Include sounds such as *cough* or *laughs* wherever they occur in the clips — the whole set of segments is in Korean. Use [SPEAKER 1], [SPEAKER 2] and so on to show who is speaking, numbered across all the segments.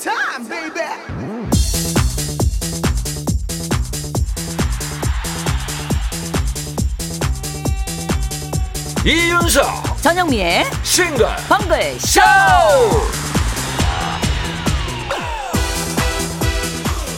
[SPEAKER 1] time, baby.
[SPEAKER 2] 이윤석
[SPEAKER 3] 전영미의
[SPEAKER 2] 싱글
[SPEAKER 3] 벙글
[SPEAKER 2] 쇼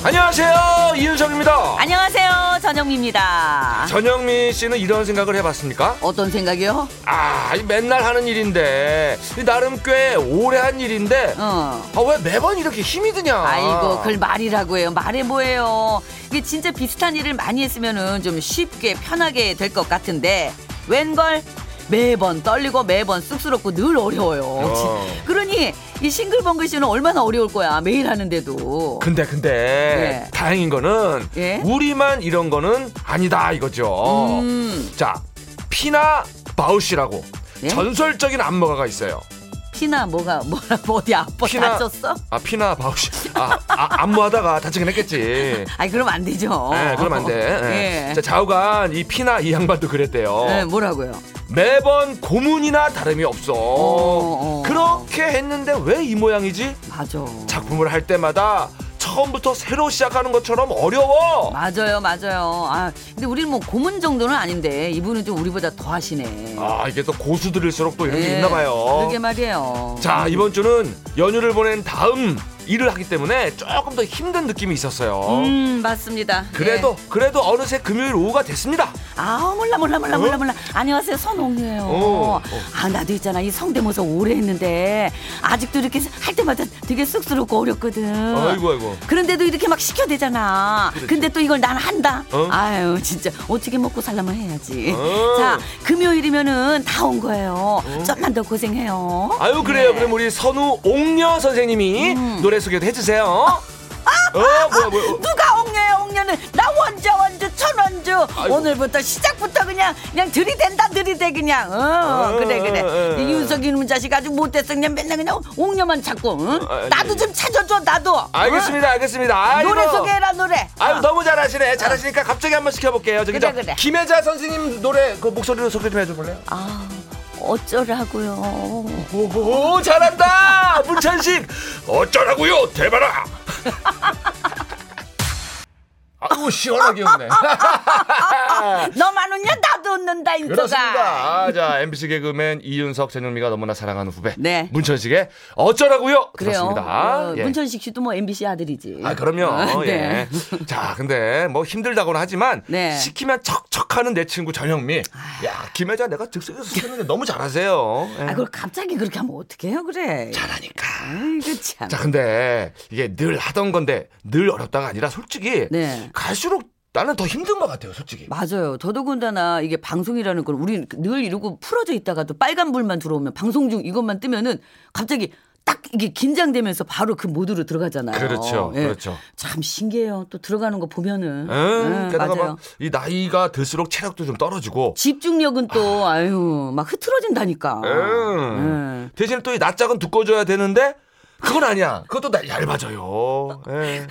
[SPEAKER 2] 안녕하세요 이윤석입니다
[SPEAKER 3] 안녕하세요 전영미입니다
[SPEAKER 2] 전영미 씨는 이런 생각을 해봤습니까?
[SPEAKER 3] 어떤 생각이요?
[SPEAKER 2] 아, 이 맨날 하는 일인데 이 나름 꽤 오래 한 일인데
[SPEAKER 3] 어
[SPEAKER 2] 아, 왜 매번 이렇게 힘이 드냐?
[SPEAKER 3] 아이고 그걸 말이라고 해요 말해 뭐예요 이게 진짜 비슷한 일을 많이 했으면은 좀 쉽게 편하게 될 것 같은데 웬걸 매번 떨리고 매번 쑥스럽고 늘 어려워요 지- 그러니 이 싱글벙글 씨는 얼마나 어려울 거야 매일 하는데도
[SPEAKER 2] 근데 근데
[SPEAKER 3] 예.
[SPEAKER 2] 다행인 거는
[SPEAKER 3] 예?
[SPEAKER 2] 우리만 이런 거는 아니다 이거죠.
[SPEAKER 3] 음
[SPEAKER 2] 자, 피나 바우시라고
[SPEAKER 3] 예?
[SPEAKER 2] 전설적인 안무가가 있어요.
[SPEAKER 3] 피나 뭐가 뭐라 뭐 어디 아파
[SPEAKER 2] 피나-
[SPEAKER 3] 다쳤어?
[SPEAKER 2] 아, 피나 바우시. 아, 아, 안무하다가 다치긴 했겠지.
[SPEAKER 3] 아니 그럼 안 되죠
[SPEAKER 2] 예, 그럼 안 돼. 예.
[SPEAKER 3] 예.
[SPEAKER 2] 자, 어. 좌우간 이 피나 이 양반도 그랬대요.
[SPEAKER 3] 예, 뭐라고요?
[SPEAKER 2] 매번 고문이나 다름이 없어.
[SPEAKER 3] 어, 어.
[SPEAKER 2] 그렇게 했는데 왜 이 모양이지?
[SPEAKER 3] 맞아.
[SPEAKER 2] 작품을 할 때마다 처음부터 새로 시작하는 것처럼 어려워.
[SPEAKER 3] 맞아요, 맞아요. 아, 근데 우리는 뭐 고문 정도는 아닌데 이분은 좀 우리보다 더 하시네.
[SPEAKER 2] 아 이게 또 고수들일수록 또 이런
[SPEAKER 3] 예,
[SPEAKER 2] 게 있나 봐요.
[SPEAKER 3] 그러게 말이에요.
[SPEAKER 2] 자 이번 주는 연휴를 보낸 다음 일을 하기 때문에 조금 더 힘든 느낌이 있었어요.
[SPEAKER 3] 음, 네. 맞습니다.
[SPEAKER 2] 그래도 그래도 어느새 금요일 오후가 됐습니다.
[SPEAKER 3] 예. 아, 몰라, 몰라, 몰라,
[SPEAKER 2] 어?
[SPEAKER 3] 몰라, 몰라. 안녕하세요, 선홍이에요.
[SPEAKER 2] 어, 어.
[SPEAKER 3] 아, 나도 있잖아. 이 성대모사 오래 했는데 아직도 이렇게 할 때마다 되게 쑥스럽고 어렵거든.
[SPEAKER 2] 아이고 아이고.
[SPEAKER 3] 그런데도 이렇게 막 시켜대잖아. 근데 또 이걸 난 한다.
[SPEAKER 2] 어?
[SPEAKER 3] 아유, 진짜 어떻게 먹고 살려면 해야지.
[SPEAKER 2] 어.
[SPEAKER 3] *laughs* 자, 금요일이면은 다 온 거예요. 좀만 더 고생해요.
[SPEAKER 2] 아유 그래요.
[SPEAKER 3] 네. 음.
[SPEAKER 2] 그럼 우리 선우 옥녀 선생님이 노래 소개도 해주세요. 어 뭐야 뭐야. 어.
[SPEAKER 3] 누가 옥녀야 옥녀는 나 원조 원조 천원조
[SPEAKER 2] 아이고.
[SPEAKER 3] 오늘부터 시작부터 그냥 그냥 들이댄다 들이대 그냥 어,
[SPEAKER 2] 어,
[SPEAKER 3] 그래 그래
[SPEAKER 2] 어, 어.
[SPEAKER 3] 이 윤석 이놈 자식 아주 못됐어 그냥 맨날 그냥 옥녀만 찾고 응?
[SPEAKER 2] 아, 네.
[SPEAKER 3] 나도 좀 찾아줘 나도
[SPEAKER 2] 알겠습니다 알겠습니다.
[SPEAKER 3] 응?
[SPEAKER 2] 아이고.
[SPEAKER 3] 노래 소개해라 노래
[SPEAKER 2] 아유 너무 잘하시네 잘하시니까 갑자기 한번 시켜볼게요 저기
[SPEAKER 3] 그래,
[SPEAKER 2] 저
[SPEAKER 3] 그래.
[SPEAKER 2] 김혜자 선생님 노래 그 목소리로 소개 좀 해줘볼래요?
[SPEAKER 3] 아 어쩌라고요
[SPEAKER 2] 오 잘한다 문찬식 어쩌라고요
[SPEAKER 3] *laughs*
[SPEAKER 2] 대봐라 아우 시원하게
[SPEAKER 3] *laughs*
[SPEAKER 2] 웃네
[SPEAKER 3] 아, 너만 웃냐 나도 웃는다 인터가
[SPEAKER 2] 그렇습니다 아, 자 MBC 개그맨 이윤석 전영미가 너무나 사랑하는 후배
[SPEAKER 3] 네.
[SPEAKER 2] 문천식의 어쩌라고요
[SPEAKER 3] 그래요
[SPEAKER 2] 들었습니다
[SPEAKER 3] 어,
[SPEAKER 2] 예.
[SPEAKER 3] 문천식 씨도 뭐 MBC 아들이지
[SPEAKER 2] 아 그럼요 예.
[SPEAKER 3] 아, 네.
[SPEAKER 2] 자 근데 뭐 힘들다고는 하지만
[SPEAKER 3] 네.
[SPEAKER 2] 시키면 척척하는 내 친구 전영미 야 김혜자 내가 즉석에서 시켰는데 너무 잘하세요 예.
[SPEAKER 3] 아 그걸 갑자기 그렇게 하면 어떡해요 그래
[SPEAKER 2] 잘하니까
[SPEAKER 3] 아이고 그 참
[SPEAKER 2] 자, 근데 이게 늘 하던 건데 늘 어렵다가 아니라 솔직히
[SPEAKER 3] 네.
[SPEAKER 2] 갈수록 나는 더 힘든 것 같아요, 솔직히.
[SPEAKER 3] 맞아요. 더더군다나 이게 방송이라는 건 우리 늘 이러고 풀어져 있다가도 빨간 불만 들어오면 방송 중 이것만 뜨면은 갑자기 딱 이게 긴장되면서 바로 그 모드로 들어가잖아요.
[SPEAKER 2] 그렇죠,
[SPEAKER 3] 예.
[SPEAKER 2] 그렇죠.
[SPEAKER 3] 참 신기해요. 또 들어가는 거 보면은.
[SPEAKER 2] 응,
[SPEAKER 3] 예,
[SPEAKER 2] 게다가
[SPEAKER 3] 맞아요.
[SPEAKER 2] 막 이 나이가 들수록 체력도 좀 떨어지고.
[SPEAKER 3] 집중력은 또 아유 막 흐트러진다니까.
[SPEAKER 2] 응.
[SPEAKER 3] 예.
[SPEAKER 2] 대신 또 이 낯짝은 두꺼워져야 되는데 그건 아니야. 그것도 나 얇아져요. 예.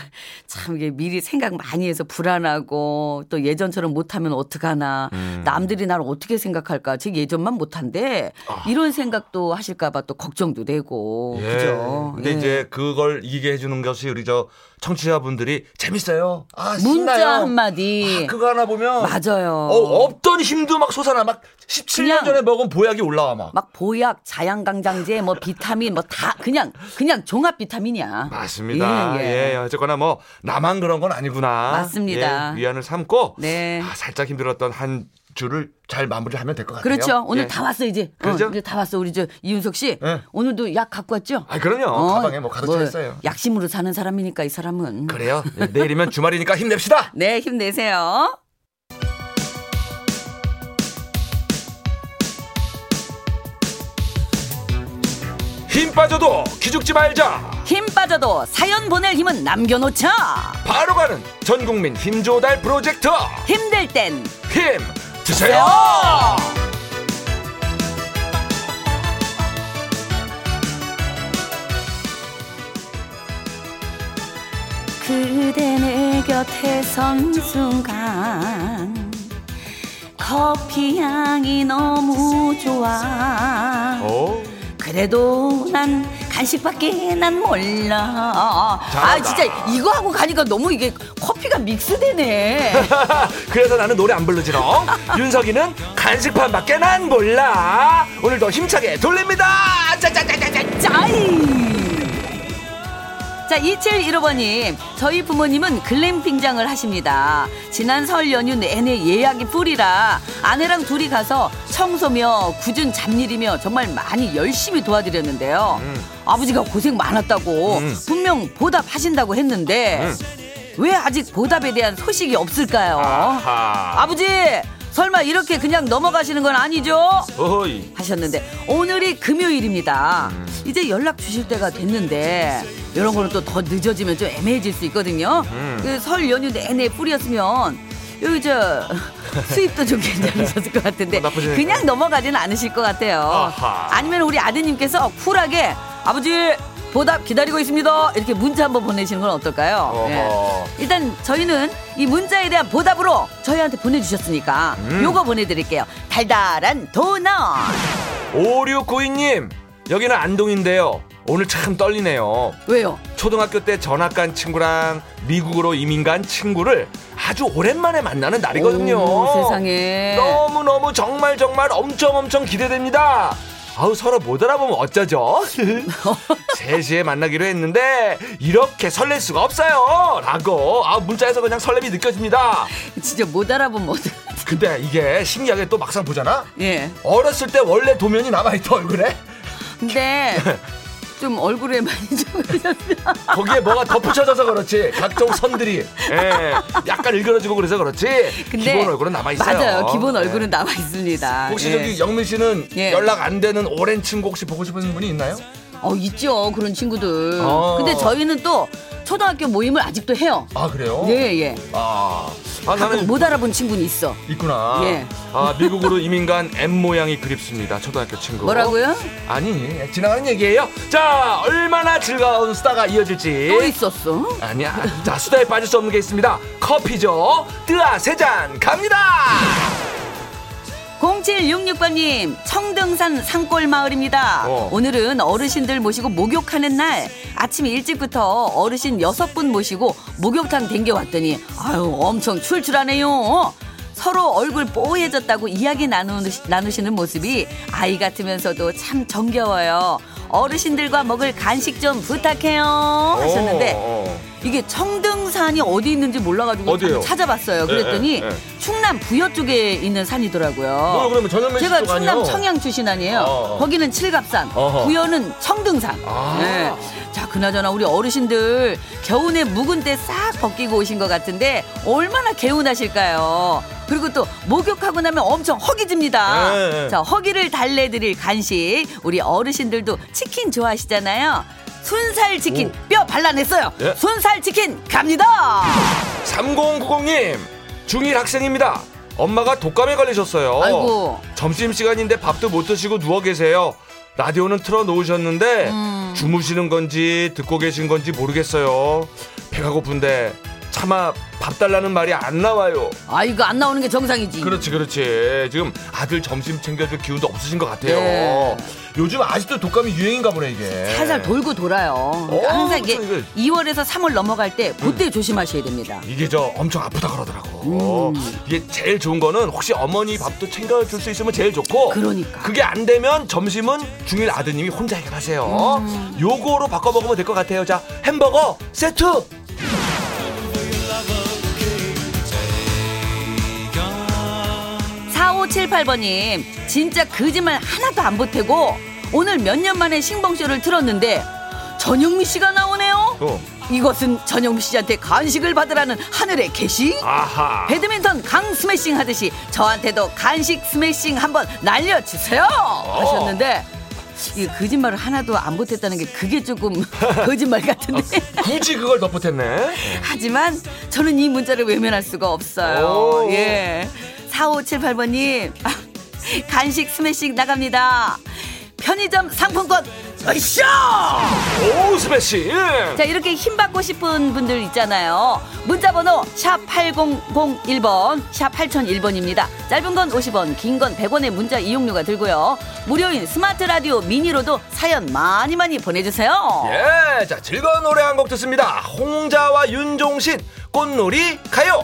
[SPEAKER 3] 참 이게 미리 생각 많이 해서 불안하고 또 예전처럼 못하면 어떡하나
[SPEAKER 2] 음.
[SPEAKER 3] 남들이 나를 어떻게 생각할까 제 예전만 못한데 이런 생각도 하실까봐 또 걱정도 되고
[SPEAKER 2] 아. 예.
[SPEAKER 3] 어, 그죠
[SPEAKER 2] 근데
[SPEAKER 3] 예.
[SPEAKER 2] 이제 그걸 이기게 해주는 것이 우리 저 청취자분들이 재밌어요. 아, 신나요.
[SPEAKER 3] 문자 한마디
[SPEAKER 2] 아, 그거 하나 보면
[SPEAKER 3] 맞아요
[SPEAKER 2] 어, 없던 힘도 막 솟아나 막 17년
[SPEAKER 3] 그냥-
[SPEAKER 2] 전에 먹은 보약이 올라와 막.
[SPEAKER 3] 막 보약 자양강장제 뭐 비타민 뭐 다 그냥 그냥 종합 비타민이야
[SPEAKER 2] 맞습니다.
[SPEAKER 3] 예,
[SPEAKER 2] 예,
[SPEAKER 3] 예.
[SPEAKER 2] 어쨌거나 뭐 나만 그런 건 아니구나.
[SPEAKER 3] 맞습니다.
[SPEAKER 2] 예, 위안을 삼고
[SPEAKER 3] 네.
[SPEAKER 2] 아, 살짝 힘들었던 한 주를 잘 마무리하면 될 것 같아요.
[SPEAKER 3] 그렇죠 오늘
[SPEAKER 2] 예.
[SPEAKER 3] 다 왔어 이제 어,
[SPEAKER 2] 그죠?
[SPEAKER 3] 이제 다 왔어 우리 저 이윤석 씨
[SPEAKER 2] 예.
[SPEAKER 3] 오늘도 약 갖고 왔죠
[SPEAKER 2] 아, 그럼요.
[SPEAKER 3] 어,
[SPEAKER 2] 가방에 뭐 가득 차 있어요.
[SPEAKER 3] 약심으로 사는 사람이니까 이 사람은
[SPEAKER 2] 그래요. 예, 내일이면 주말이니까 힘냅시다.
[SPEAKER 3] 네, 힘내세요.
[SPEAKER 2] 힘 빠져도 기죽지 말자.
[SPEAKER 3] 힘 빠져도 사연 보낼 힘은 남겨놓자.
[SPEAKER 2] 바로 가는 전국민 힘 조달 프로젝트
[SPEAKER 3] 힘들 땐
[SPEAKER 2] 힘 드세요.
[SPEAKER 3] 그대 내 곁에 선 순간 커피 향이 너무 좋아.
[SPEAKER 2] 오. *laughs*
[SPEAKER 3] 그대 그래도 난 간식밖에 난 몰라. 아
[SPEAKER 2] 잘한다.
[SPEAKER 3] 진짜 이거 하고 가니까 너무 이게 커피가 믹스되네.
[SPEAKER 2] 그래서 나는 노래 안 부르지롱. 윤석이는 간식판밖에 난 몰라. 오늘 더 힘차게 돌립니다. 짜자자자자.
[SPEAKER 3] 짜이. 자, 2715번님. 저희 부모님은 글램핑장을 하십니다. 지난 설 연휴 내내 예약이 뿔이라 아내랑 둘이 가서 청소며 굳은 잡일이며 정말 많이 열심히 도와드렸는데요. 아버지가 고생 많았다고
[SPEAKER 2] 음.
[SPEAKER 3] 분명 보답하신다고 했는데 왜 아직 보답에 대한 소식이 없을까요?
[SPEAKER 2] 아하.
[SPEAKER 3] 아버지! 설마 이렇게 그냥 넘어가시는 건 아니죠?
[SPEAKER 2] 어이.
[SPEAKER 3] 하셨는데 오늘이 금요일입니다.
[SPEAKER 2] 음.
[SPEAKER 3] 이제 연락 주실 때가 됐는데 이런 거는 또 더 늦어지면 좀 애매해질 수 있거든요.
[SPEAKER 2] 음.
[SPEAKER 3] 그설 연휴 내내 뿌렸으면
[SPEAKER 2] *laughs*
[SPEAKER 3] 여기 저 수입도 좀 괜찮으셨을 것 같은데
[SPEAKER 2] 나쁘지 않을까요?
[SPEAKER 3] 그냥 넘어가지는 않으실 것 같아요.
[SPEAKER 2] 아하.
[SPEAKER 3] 아니면 우리 아드님께서 쿨하게 아버지 보답 기다리고 있습니다. 이렇게 문자 한번 보내시는 건 어떨까요?
[SPEAKER 2] 어허.
[SPEAKER 3] 예. 일단 저희는 이 문자에 대한 보답으로 저희한테 보내주셨으니까
[SPEAKER 2] 음.
[SPEAKER 3] 요거 보내드릴게요. 달달한 도넛.
[SPEAKER 2] 5692님. 여기는 안동인데요. 오늘 참 떨리네요.
[SPEAKER 3] 왜요?
[SPEAKER 2] 초등학교 때 전학 간 친구랑 미국으로 이민 간 친구를 아주 오랜만에 만나는 날이거든요.
[SPEAKER 3] 오, 세상에.
[SPEAKER 2] 너무 너무 정말 정말 엄청 엄청 기대됩니다. 아우 서로 못 알아보면
[SPEAKER 3] *laughs*
[SPEAKER 2] 어쩌죠? 3시에 만나기로 했는데 이렇게 설렐 수가 없어요. 라고 아 문자에서 그냥 설렘이 느껴집니다.
[SPEAKER 3] 진짜 못 알아보면 어떡하지?
[SPEAKER 2] 근데 이게 신기하게 또 막상 보잖아.
[SPEAKER 3] 예.
[SPEAKER 2] 어렸을 때 원래 도면이 남아있던 얼굴에
[SPEAKER 3] 근데 좀 얼굴에 많이 적으셨어요.
[SPEAKER 2] 거기에 뭐가 덧붙여져서 그렇지 각종 선들이 예, *laughs* 약간 일그러지고 그래서 그렇지 기본 얼굴은 남아있어요
[SPEAKER 3] 맞아요. 기본
[SPEAKER 2] 예.
[SPEAKER 3] 얼굴은 남아 있습니다.
[SPEAKER 2] 혹시 저기 영민 씨는
[SPEAKER 3] 예.
[SPEAKER 2] 연락 안 되는 오랜 친구 혹시 보고 싶은 분이 있나요?
[SPEAKER 3] 어 있죠 그런 친구들.
[SPEAKER 2] 어.
[SPEAKER 3] 근데 저희는 또 초등학교 모임을 아직도 해요.
[SPEAKER 2] 아 그래요?
[SPEAKER 3] 예 예.
[SPEAKER 2] 아, 아
[SPEAKER 3] 가끔
[SPEAKER 2] 나는
[SPEAKER 3] 못 알아본 친구는 있어.
[SPEAKER 2] 있구나.
[SPEAKER 3] 예.
[SPEAKER 2] 아 미국으로 이민 간 M 모양이 그립습니다. 초등학교 친구.
[SPEAKER 3] 뭐라고요?
[SPEAKER 2] 아니 지나가는 얘기예요. 자 얼마나 즐거운 수다가 이어질지.
[SPEAKER 3] 또 있었어.
[SPEAKER 2] 아니야. 자 수다에 빠질 수 없는 게 있습니다. 커피죠. 뜨아 세 잔 갑니다.
[SPEAKER 3] 0766번님, 청등산 산골 마을입니다.
[SPEAKER 2] 어.
[SPEAKER 3] 오늘은 어르신들 모시고 목욕하는 날. 아침 일찍부터 어르신 여섯 분 모시고 목욕탕 댕겨왔더니, 아유, 엄청 출출하네요. 서로 얼굴 뽀얘졌다고 이야기 나누시, 나누시는 모습이 아이 같으면서도 참 정겨워요. 어르신들과 먹을 간식 좀 부탁해요.
[SPEAKER 2] 어,
[SPEAKER 3] 하셨는데,
[SPEAKER 2] 오,
[SPEAKER 3] 이게 청등산이 어디 있는지 몰라가지고
[SPEAKER 2] 어디예요?
[SPEAKER 3] 찾아봤어요. 그랬더니
[SPEAKER 2] 예, 예,
[SPEAKER 3] 충남 부여 쪽에 있는 산이더라고요.
[SPEAKER 2] 너 어. 그러면 전현민
[SPEAKER 3] 어. 제가
[SPEAKER 2] 씨도
[SPEAKER 3] 충남
[SPEAKER 2] 아니요?
[SPEAKER 3] 청양 출신 아니에요.
[SPEAKER 2] 어.
[SPEAKER 3] 거기는 칠갑산,
[SPEAKER 2] 어허.
[SPEAKER 3] 부여는 청등산.
[SPEAKER 2] 아.
[SPEAKER 3] 예. 자, 그나저나 우리 어르신들 겨우내 묵은 때 싹 벗기고 오신 것 같은데 얼마나 개운하실까요? 그리고 또 목욕하고 나면 엄청 허기집니다.
[SPEAKER 2] 예, 예.
[SPEAKER 3] 자, 허기를 달래드릴 간식 우리 어르신들도 치킨 좋아하시잖아요. 순살 치킨
[SPEAKER 2] 오.
[SPEAKER 3] 뼈 발라냈어요.
[SPEAKER 2] 예?
[SPEAKER 3] 순살 치킨 갑니다.
[SPEAKER 2] 3090님 중1 학생입니다. 엄마가 독감에 걸리셨어요.
[SPEAKER 3] 아이고.
[SPEAKER 2] 점심 시간인데 밥도 못 드시고 누워 계세요. 라디오는 틀어 놓으셨는데
[SPEAKER 3] 음.
[SPEAKER 2] 주무시는 건지 듣고 계신 건지 모르겠어요. 배가 고픈데 차마 밥 달라는 말이 안 나와요.
[SPEAKER 3] 아 이거 안 나오는 게 정상이지.
[SPEAKER 2] 그렇지 그렇지. 지금 아들 점심 챙겨줄 기운도 없으신 것 같아요.
[SPEAKER 3] 네.
[SPEAKER 2] 요즘 아직도 독감이 유행인가 보네 이게.
[SPEAKER 3] 살살 돌고 돌아요. 그러니까
[SPEAKER 2] 어,
[SPEAKER 3] 항상 이게
[SPEAKER 2] 저 이거- 음.
[SPEAKER 3] 2월에서 3월 넘어갈 때 그때 조심하셔야 됩니다.
[SPEAKER 2] 이게 저 엄청 아프다 그러더라고.
[SPEAKER 3] 음.
[SPEAKER 2] 이게 제일 좋은 거는 혹시 어머니 밥도 챙겨줄 수 있으면 제일 좋고.
[SPEAKER 3] 그러니까.
[SPEAKER 2] 게안 되면 점심은 중일 아드님이 혼자 해결하세요.
[SPEAKER 3] 음.
[SPEAKER 2] 요거로 바꿔 먹으면 될 것 같아요. 자 햄버거 세트.
[SPEAKER 3] 4578번님 진짜 거짓말 하나도 안 보태고 오늘 몇 년 만에 신봉쇼를 틀었는데 전영미 씨가 나오네요.
[SPEAKER 2] 어.
[SPEAKER 3] 이것은 전영미 씨한테 간식을 받으라는 하늘의 계시?
[SPEAKER 2] 아하.
[SPEAKER 3] 배드민턴 강 스매싱 하듯이 저한테도 간식 스매싱 한번 날려주세요
[SPEAKER 2] 어.
[SPEAKER 3] 하셨는데 이 거짓말을 하나도 안 보탰다는 게
[SPEAKER 2] *laughs*
[SPEAKER 3] 그게 조금 거짓말
[SPEAKER 2] 아,
[SPEAKER 3] 같은데
[SPEAKER 2] 굳이 그걸 덧붙였네.
[SPEAKER 3] 하지만 저는 이 문자를 외면할 수가 없어요.
[SPEAKER 2] 오.
[SPEAKER 3] 예. 아, 4578번님, 간식 스매싱 나갑니다. 편의 편의점 상품권 으쌰!
[SPEAKER 2] 오 스매시
[SPEAKER 3] 자 이렇게 힘 받고 싶은 분들 있잖아요 문자번호 샵 8001번 샵 8001번입니다 짧은 건 50원 긴 건 100원의 문자 이용료가 들고요 무료인 스마트 라디오 미니로도 사연 많이 많이 보내주세요
[SPEAKER 2] 예, 자 즐거운 노래 한 곡 듣습니다. 홍자와 윤종신 꽃놀이 가요.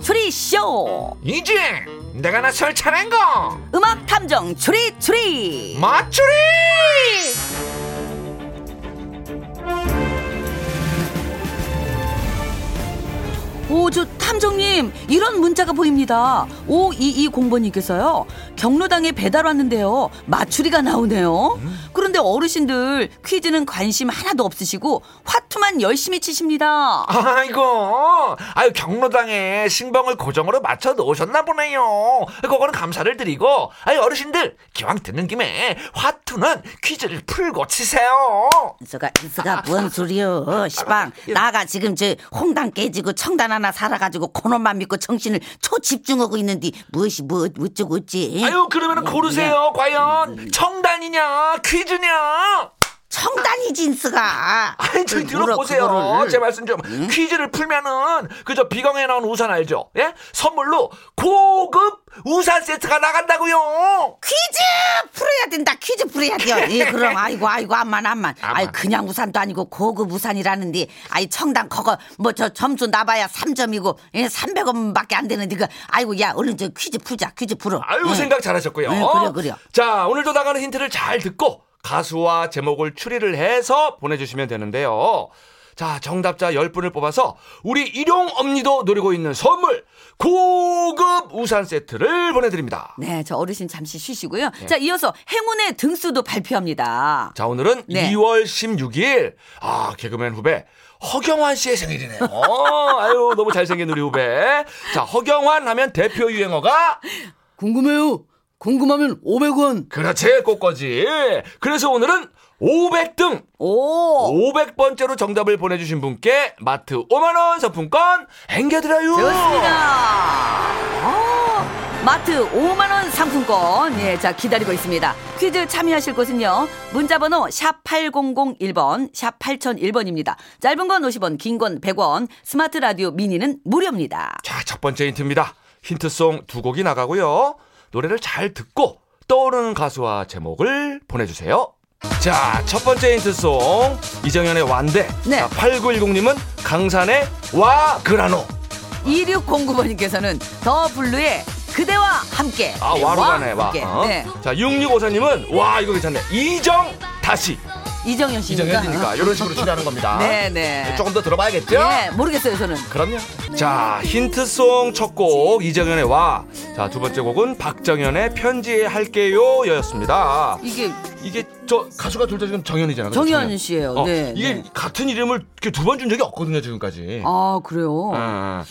[SPEAKER 3] 추리쇼
[SPEAKER 2] 이제 내가 나 설치한 거
[SPEAKER 3] 음악 탐정 추리 추리
[SPEAKER 2] 맞추리.
[SPEAKER 3] 오, 저 탐정님, 이런 문자가 보입니다. 5220번님께서요, 경로당에 배달 왔는데요, 마추리가 나오네요. 그런데 어르신들 퀴즈는 관심 하나도 없으시고, 화투만 열심히 치십니다.
[SPEAKER 2] 아이고, 아유 경로당에 신봉을 고정으로 맞춰 놓으셨나 보네요. 그거는 감사를 드리고, 아유 어르신들 기왕 듣는 김에 화투는 퀴즈를 풀고 치세요.
[SPEAKER 3] 인서가, 인서가, 뭔 소리여, 시방. 나가 지금 저 홍당 깨지고 청단 하나 살아가지고 코너만 믿고 정신을 초집중하고 있는데, 무엇이 뭐, 어쩌고 어찌.
[SPEAKER 2] 아유 그러면 은 고르세요 과연 청단이냐 퀴즈냐
[SPEAKER 3] 청단이지, 인서가.
[SPEAKER 2] 아니 저 들어보세요
[SPEAKER 3] 그거를.
[SPEAKER 2] 제 말씀 좀 퀴즈를 풀면은 그저 비경에 나온 우산 알죠 예 선물로 고급 우산 세트가 나간다고요
[SPEAKER 4] 퀴즈 풀어야 된다. 퀴즈 풀어야 돼요. 예, 그럼 아이고 아이고 암만 암만. 아이 그냥 우산도 아니고 고급 우산이라는데 아이 청당 그거 뭐 저 점수 나봐야 3점이고 예, 300원밖에 안 되는데 그 아이고 야 얼른 저 퀴즈 풀자. 퀴즈 풀어.
[SPEAKER 2] 아유
[SPEAKER 4] 예.
[SPEAKER 2] 생각 잘하셨고요
[SPEAKER 4] 네, 그래요, 그래요.
[SPEAKER 2] 자 오늘도 나가는 힌트를 잘 듣고 가수와 제목을 추리를 해서 보내주시면 되는데요 자 정답자 10분을 뽑아서 우리 일용 엄니도 노리고 있는 선물 고급 우산 세트를 보내드립니다
[SPEAKER 3] 네, 저 어르신 잠시 쉬시고요.
[SPEAKER 2] 네.
[SPEAKER 3] 자, 이어서 행운의 등수도 발표합니다.
[SPEAKER 2] 자, 오늘은
[SPEAKER 3] 네.
[SPEAKER 2] 2월 16일. 아, 개그맨 후배. 허경환 씨의 생일이네요. *laughs* 어, 아유, 너무 잘생긴 우리 후배. 자, 허경환 하면 대표 유행어가
[SPEAKER 3] 궁금해요. 궁금하면 500원.
[SPEAKER 2] 그렇지, 꽃거지. 그래서 오늘은 500등,
[SPEAKER 3] 오.
[SPEAKER 2] 500번째로 정답을 보내주신 분께 마트 5만원 상품권 앵겨드려요.
[SPEAKER 3] 좋습니다. 어, 마트 5만 원 상품권. 예, 자 기다리고 있습니다. 퀴즈 참여하실 곳은요. 문자 번호 샵 8001번, 샵 8001번입니다. 짧은 건 50원, 긴 건 100원. 스마트 라디오 미니는 무료입니다.
[SPEAKER 2] 자, 첫 번째 힌트입니다. 힌트송 두 곡이 나가고요. 노래를 잘 듣고 떠오르는 가수와 제목을 보내주세요. 자, 첫 번째 힌트송. 이정현의 완대.
[SPEAKER 3] 네.
[SPEAKER 2] 자, 8910님은 강산의 와 그라노.
[SPEAKER 3] 2609번님께서는 더 블루의 그대와 함께.
[SPEAKER 2] 아,
[SPEAKER 3] 네,
[SPEAKER 2] 와로 가네, 와.
[SPEAKER 3] 함께.
[SPEAKER 2] 어?
[SPEAKER 3] 네.
[SPEAKER 2] 자, 6654님은 와, 이거 괜찮네. 이정 다시.
[SPEAKER 3] 이정현 씨니까.
[SPEAKER 2] 이정현이니까 이런 식으로 추리하는 겁니다.
[SPEAKER 3] 아. 네, 네.
[SPEAKER 2] 조금 더 들어봐야겠죠?
[SPEAKER 3] 네, 모르겠어요, 저는.
[SPEAKER 2] 그럼요. 자, 힌트송 첫 곡 이정현의 와. 자, 두 번째 곡은 박정현의 편지 할게요 였습니다.
[SPEAKER 3] 이게
[SPEAKER 2] 이게 저 가수가 둘 다 지금 정현이잖아요. 그죠?
[SPEAKER 3] 정현 씨예요.
[SPEAKER 2] 어,
[SPEAKER 3] 네.
[SPEAKER 2] 이게
[SPEAKER 3] 네.
[SPEAKER 2] 같은 이름을 이렇게 두 번 준 적이 없거든요 지금까지.
[SPEAKER 3] 아, 그래요.
[SPEAKER 2] 아,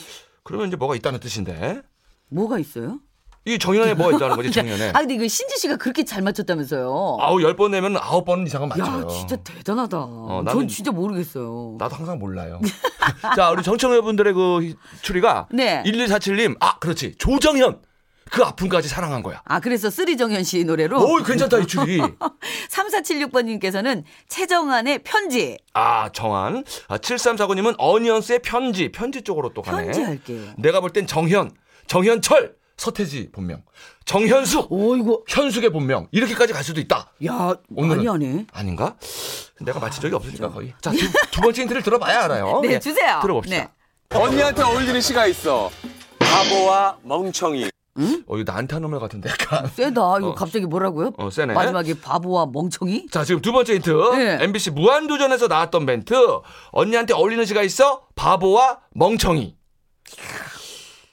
[SPEAKER 2] 그러면 이제 뭐가 있다는 뜻인데.
[SPEAKER 3] 뭐가 있어요?
[SPEAKER 2] 이 정현에 뭐가 있다는
[SPEAKER 3] *laughs*
[SPEAKER 2] 거지 정현에.
[SPEAKER 3] 아 근데 이거 신지 씨가 그렇게 잘 맞췄다면서요?
[SPEAKER 2] 네. 아우 열 번 내면 아홉 번 이상은
[SPEAKER 3] 야
[SPEAKER 2] 맞아요. 어,
[SPEAKER 3] 진짜 대단하다.
[SPEAKER 2] 나는-
[SPEAKER 3] 전 진짜 모르겠어요.
[SPEAKER 2] 나도 항상
[SPEAKER 3] *laughs*
[SPEAKER 2] 몰라요. *laughs* 자 우리 정청여분들의 그 추리가
[SPEAKER 3] 네.
[SPEAKER 2] 1147님 아 그렇지 조정현 그 아픔까지 사랑한 거야.
[SPEAKER 3] 아 그래서 쓰리정현 씨 노래로
[SPEAKER 2] 오
[SPEAKER 3] *laughs*
[SPEAKER 2] 괜찮다 이 추리.
[SPEAKER 3] 3476번님께서는 최정환의 편지
[SPEAKER 2] 아 정한. 아, 7349님은 어니언스의 편지 편지 쪽으로 또 가네.
[SPEAKER 3] 편지할게요.
[SPEAKER 2] 내가 볼 땐 정현, 정현철, 서태지 본명, 정현수,
[SPEAKER 3] 오 이거
[SPEAKER 2] 현숙의 본명 이렇게까지 갈 수도 있다.
[SPEAKER 3] 야
[SPEAKER 2] 오늘은
[SPEAKER 3] 많이 하네.
[SPEAKER 2] 아닌가? 내가 맞힌 적이 없으니까 거의. 자, 두, 두 번째 힌트를 들어봐야 알아요.
[SPEAKER 3] *laughs* 네
[SPEAKER 2] 예,
[SPEAKER 3] 주세요.
[SPEAKER 2] 들어봅시다.
[SPEAKER 3] 네.
[SPEAKER 1] 언니한테 어울리는 시가 있어. 바보와 멍청이.
[SPEAKER 2] 어, 이거 나한테 한 놈의 같은데 약간.
[SPEAKER 3] 세다 이거 갑자기 뭐라고요?
[SPEAKER 2] 어, 세네.
[SPEAKER 3] 마지막에 바보와 멍청이?
[SPEAKER 2] 자, 지금 두 번째 힌트.
[SPEAKER 3] 네.
[SPEAKER 2] MBC 무한도전에서 나왔던 멘트. 언니한테 어울리는 시가 있어? 바보와 멍청이.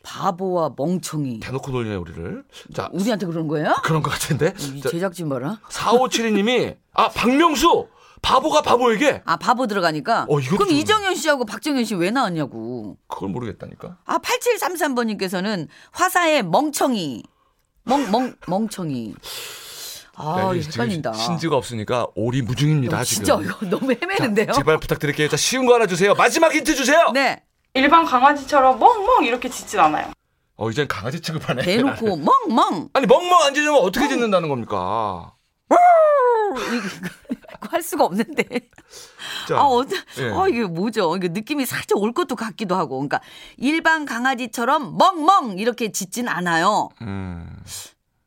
[SPEAKER 3] 바보와 멍청이.
[SPEAKER 2] 대놓고 놀리네 우리를. 자
[SPEAKER 3] 우리한테 그런 거예요?
[SPEAKER 2] 그런 것 같은데.
[SPEAKER 3] 음, 이
[SPEAKER 2] 자,
[SPEAKER 3] 제작진 봐라.
[SPEAKER 2] 4572님이 아 박명수 바보가 바보에게
[SPEAKER 3] 아 바보 들어가니까.
[SPEAKER 2] 어, 이것도
[SPEAKER 3] 그럼
[SPEAKER 2] 좀-
[SPEAKER 3] 이정현 씨하고 박정현 씨 왜 나왔냐고.
[SPEAKER 2] 그걸 모르겠다니까.
[SPEAKER 3] 아 8733번님께서는 화사의 멍청이. 멍 멍 멍청이. 아
[SPEAKER 2] 네,
[SPEAKER 3] 이거
[SPEAKER 2] 지금
[SPEAKER 3] 헷갈린다. 어,
[SPEAKER 2] 신지가 없으니까 오리 무중입니다 지금.
[SPEAKER 3] 진짜 이거 너무 헤매는데요.
[SPEAKER 2] 제발 부탁드릴게요. 자 쉬운 거 하나 주세요. 마지막 힌트 주세요.
[SPEAKER 3] 네.
[SPEAKER 5] 일반 강아지처럼 멍멍 이렇게 짖진 않아요.
[SPEAKER 2] 어 이젠 강아지 취급하네.
[SPEAKER 3] 대놓고 멍멍
[SPEAKER 2] *laughs* 아니 멍멍 안 짖으면 어떻게 짖는다는 겁니까?
[SPEAKER 3] 이거 할 수가 없는데.
[SPEAKER 2] 자,
[SPEAKER 3] 아, 어째,
[SPEAKER 2] 예.
[SPEAKER 3] 아, 이게 뭐죠? 이게 느낌이 살짝 올 것도 같기도 하고. 그러니까 일반 강아지처럼 멍멍 이렇게 짖진 않아요.
[SPEAKER 2] 음.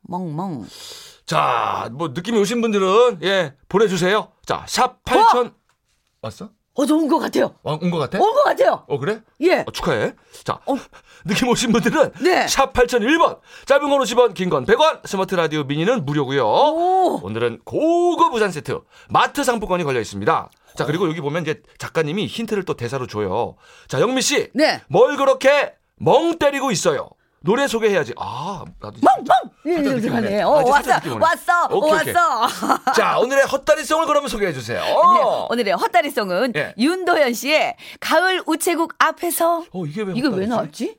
[SPEAKER 3] 멍멍.
[SPEAKER 2] 자, 뭐 느낌이 오신 분들은 예 보내주세요. 자, 샵 8000. 왔어?
[SPEAKER 3] 어, 저 온 것 같아요.
[SPEAKER 2] 온 것 같아?
[SPEAKER 3] 온 것 같아요.
[SPEAKER 2] 어, 그래?
[SPEAKER 3] 예.
[SPEAKER 2] 어, 축하해. 자, *laughs* 느낌 오신 분들은
[SPEAKER 3] 네.
[SPEAKER 2] 샵 8001번, 짧은 건 50원, 긴 건 100원, 스마트 라디오 미니는 무료고요.
[SPEAKER 3] 오.
[SPEAKER 2] 늘은 고급 우산 세트, 마트 상품권이 걸려 있습니다. 자, 그리고 여기 보면 이제 작가님이 힌트를 또 대사로 줘요. 자, 영미 씨.
[SPEAKER 3] 네.
[SPEAKER 2] 뭘 그렇게 멍 때리고 있어요? 노래 소개해야지. 아, 나도
[SPEAKER 3] 멍멍!
[SPEAKER 2] 살짝
[SPEAKER 3] 이렇게
[SPEAKER 2] 느낌 오네.
[SPEAKER 3] 하네. 어,
[SPEAKER 2] 아, 이제
[SPEAKER 3] 왔어.
[SPEAKER 2] 살짝 느낌 오네.
[SPEAKER 3] 왔어.
[SPEAKER 2] 오케이, 오케이.
[SPEAKER 3] 왔어.
[SPEAKER 2] 자, 오늘의 헛다리송을 그러면 소개해 주세요.
[SPEAKER 3] 네, 오늘의 헛다리송은
[SPEAKER 2] 어. 예.
[SPEAKER 3] 윤도현 씨의 가을 우체국 앞에서
[SPEAKER 2] 어, 이게 왜
[SPEAKER 3] 이게 왜
[SPEAKER 2] 헛다리지?
[SPEAKER 3] 나왔지?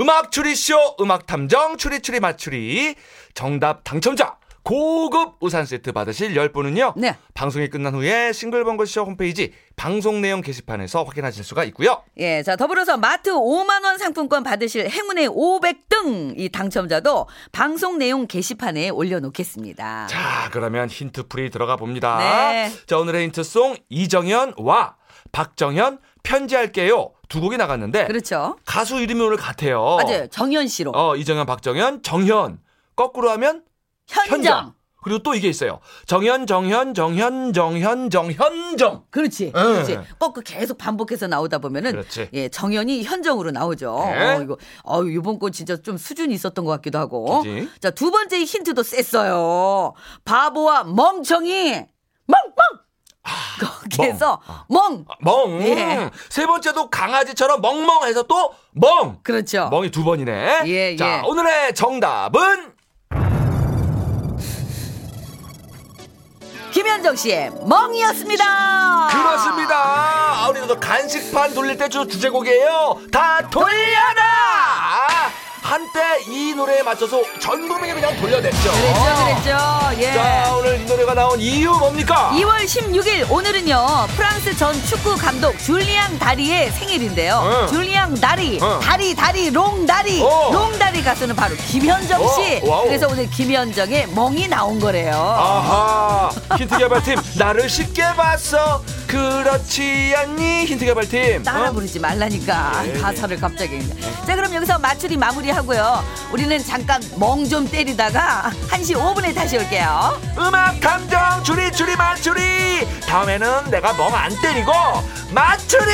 [SPEAKER 2] 음악 추리쇼 음악 탐정 추리 추리 맞추리 정답 당첨자 고급 우산 세트 받으실 10분은요.
[SPEAKER 3] 네.
[SPEAKER 2] 방송이 끝난 후에 싱글벙글쇼 홈페이지 방송 내용 게시판에서 확인하실 수가 있고요.
[SPEAKER 3] 예, 자, 더불어서 마트 5만원 상품권 받으실 행운의 500등 이 당첨자도 방송 내용 게시판에 올려놓겠습니다.
[SPEAKER 2] 자, 그러면 힌트 풀이 들어가 봅니다.
[SPEAKER 3] 네.
[SPEAKER 2] 자, 오늘의 힌트송 이정현와 박정현 편지할게요. 두 곡이 나갔는데
[SPEAKER 3] 그렇죠.
[SPEAKER 2] 가수 이름이 오늘 같아요.
[SPEAKER 3] 맞아요. 정현 씨로.
[SPEAKER 2] 어, 이정현, 박정현, 정현. 거꾸로 하면
[SPEAKER 3] 현정.
[SPEAKER 2] 현정. 그리고 또 이게 있어요. 정현, 정현, 정현, 정현, 정현정.
[SPEAKER 3] 그렇지. 그렇지. 꺾고 계속 반복해서 나오다 보면은
[SPEAKER 2] 예. 그렇지.
[SPEAKER 3] 예, 정현이 현정으로 나오죠.
[SPEAKER 2] 네.
[SPEAKER 3] 어, 이거 어, 이번 건 진짜 좀 수준이 있었던 것 같기도 하고.
[SPEAKER 2] 그지?
[SPEAKER 3] 자, 두 번째 힌트도 셌어요. 바보와 멍청이 멍멍.
[SPEAKER 2] 아,
[SPEAKER 3] 거기에서 멍.
[SPEAKER 2] 멍.
[SPEAKER 3] 예.
[SPEAKER 2] 세 번째도 강아지처럼 멍멍해서 또 멍.
[SPEAKER 3] 그렇죠.
[SPEAKER 2] 멍이 두 번이네.
[SPEAKER 3] 예,
[SPEAKER 2] 자,
[SPEAKER 3] 예.
[SPEAKER 2] 오늘의 정답은
[SPEAKER 3] 김현정 씨의 멍이었습니다.
[SPEAKER 2] 그렇습니다. 아, 우리도 간식판 돌릴 때 주 주제곡이에요. 다 돌려라. 아, 한때 이 노래에 맞춰서 전 국민이 그냥 돌려댔죠.
[SPEAKER 3] 그랬죠, 그랬죠. 예.
[SPEAKER 2] 아. 자, 오늘 이 노래가 나온 이유 뭡니까?
[SPEAKER 3] 2월 16일 오늘은요 프랑스 전 축구 감독 줄리앙 다리의 생일인데요.
[SPEAKER 2] 응.
[SPEAKER 3] 줄리앙 다리,
[SPEAKER 2] 응.
[SPEAKER 3] 다리, 다리, 롱 다리,
[SPEAKER 2] 어.
[SPEAKER 3] 롱 다리 가수는 바로 김현정 씨.
[SPEAKER 2] 어, 와우.
[SPEAKER 3] 그래서 오늘 김현정의 멍이 나온 거래요.
[SPEAKER 2] 아하 힌트 개발팀 나를 쉽게 봤어 그렇지 않니 힌트 개발팀
[SPEAKER 3] 따라
[SPEAKER 2] 어?
[SPEAKER 3] 부르지 말라니까
[SPEAKER 2] 네.
[SPEAKER 3] 가사를 갑자기. 자 그럼 여기서 마추리 마무리하고요. 우리는 잠깐 멍 좀 때리다가 1시 5분에 다시 올게요.
[SPEAKER 2] 음악 감정 추리 추리 맞추리 다음에는 내가 멍 안 때리고 맞추리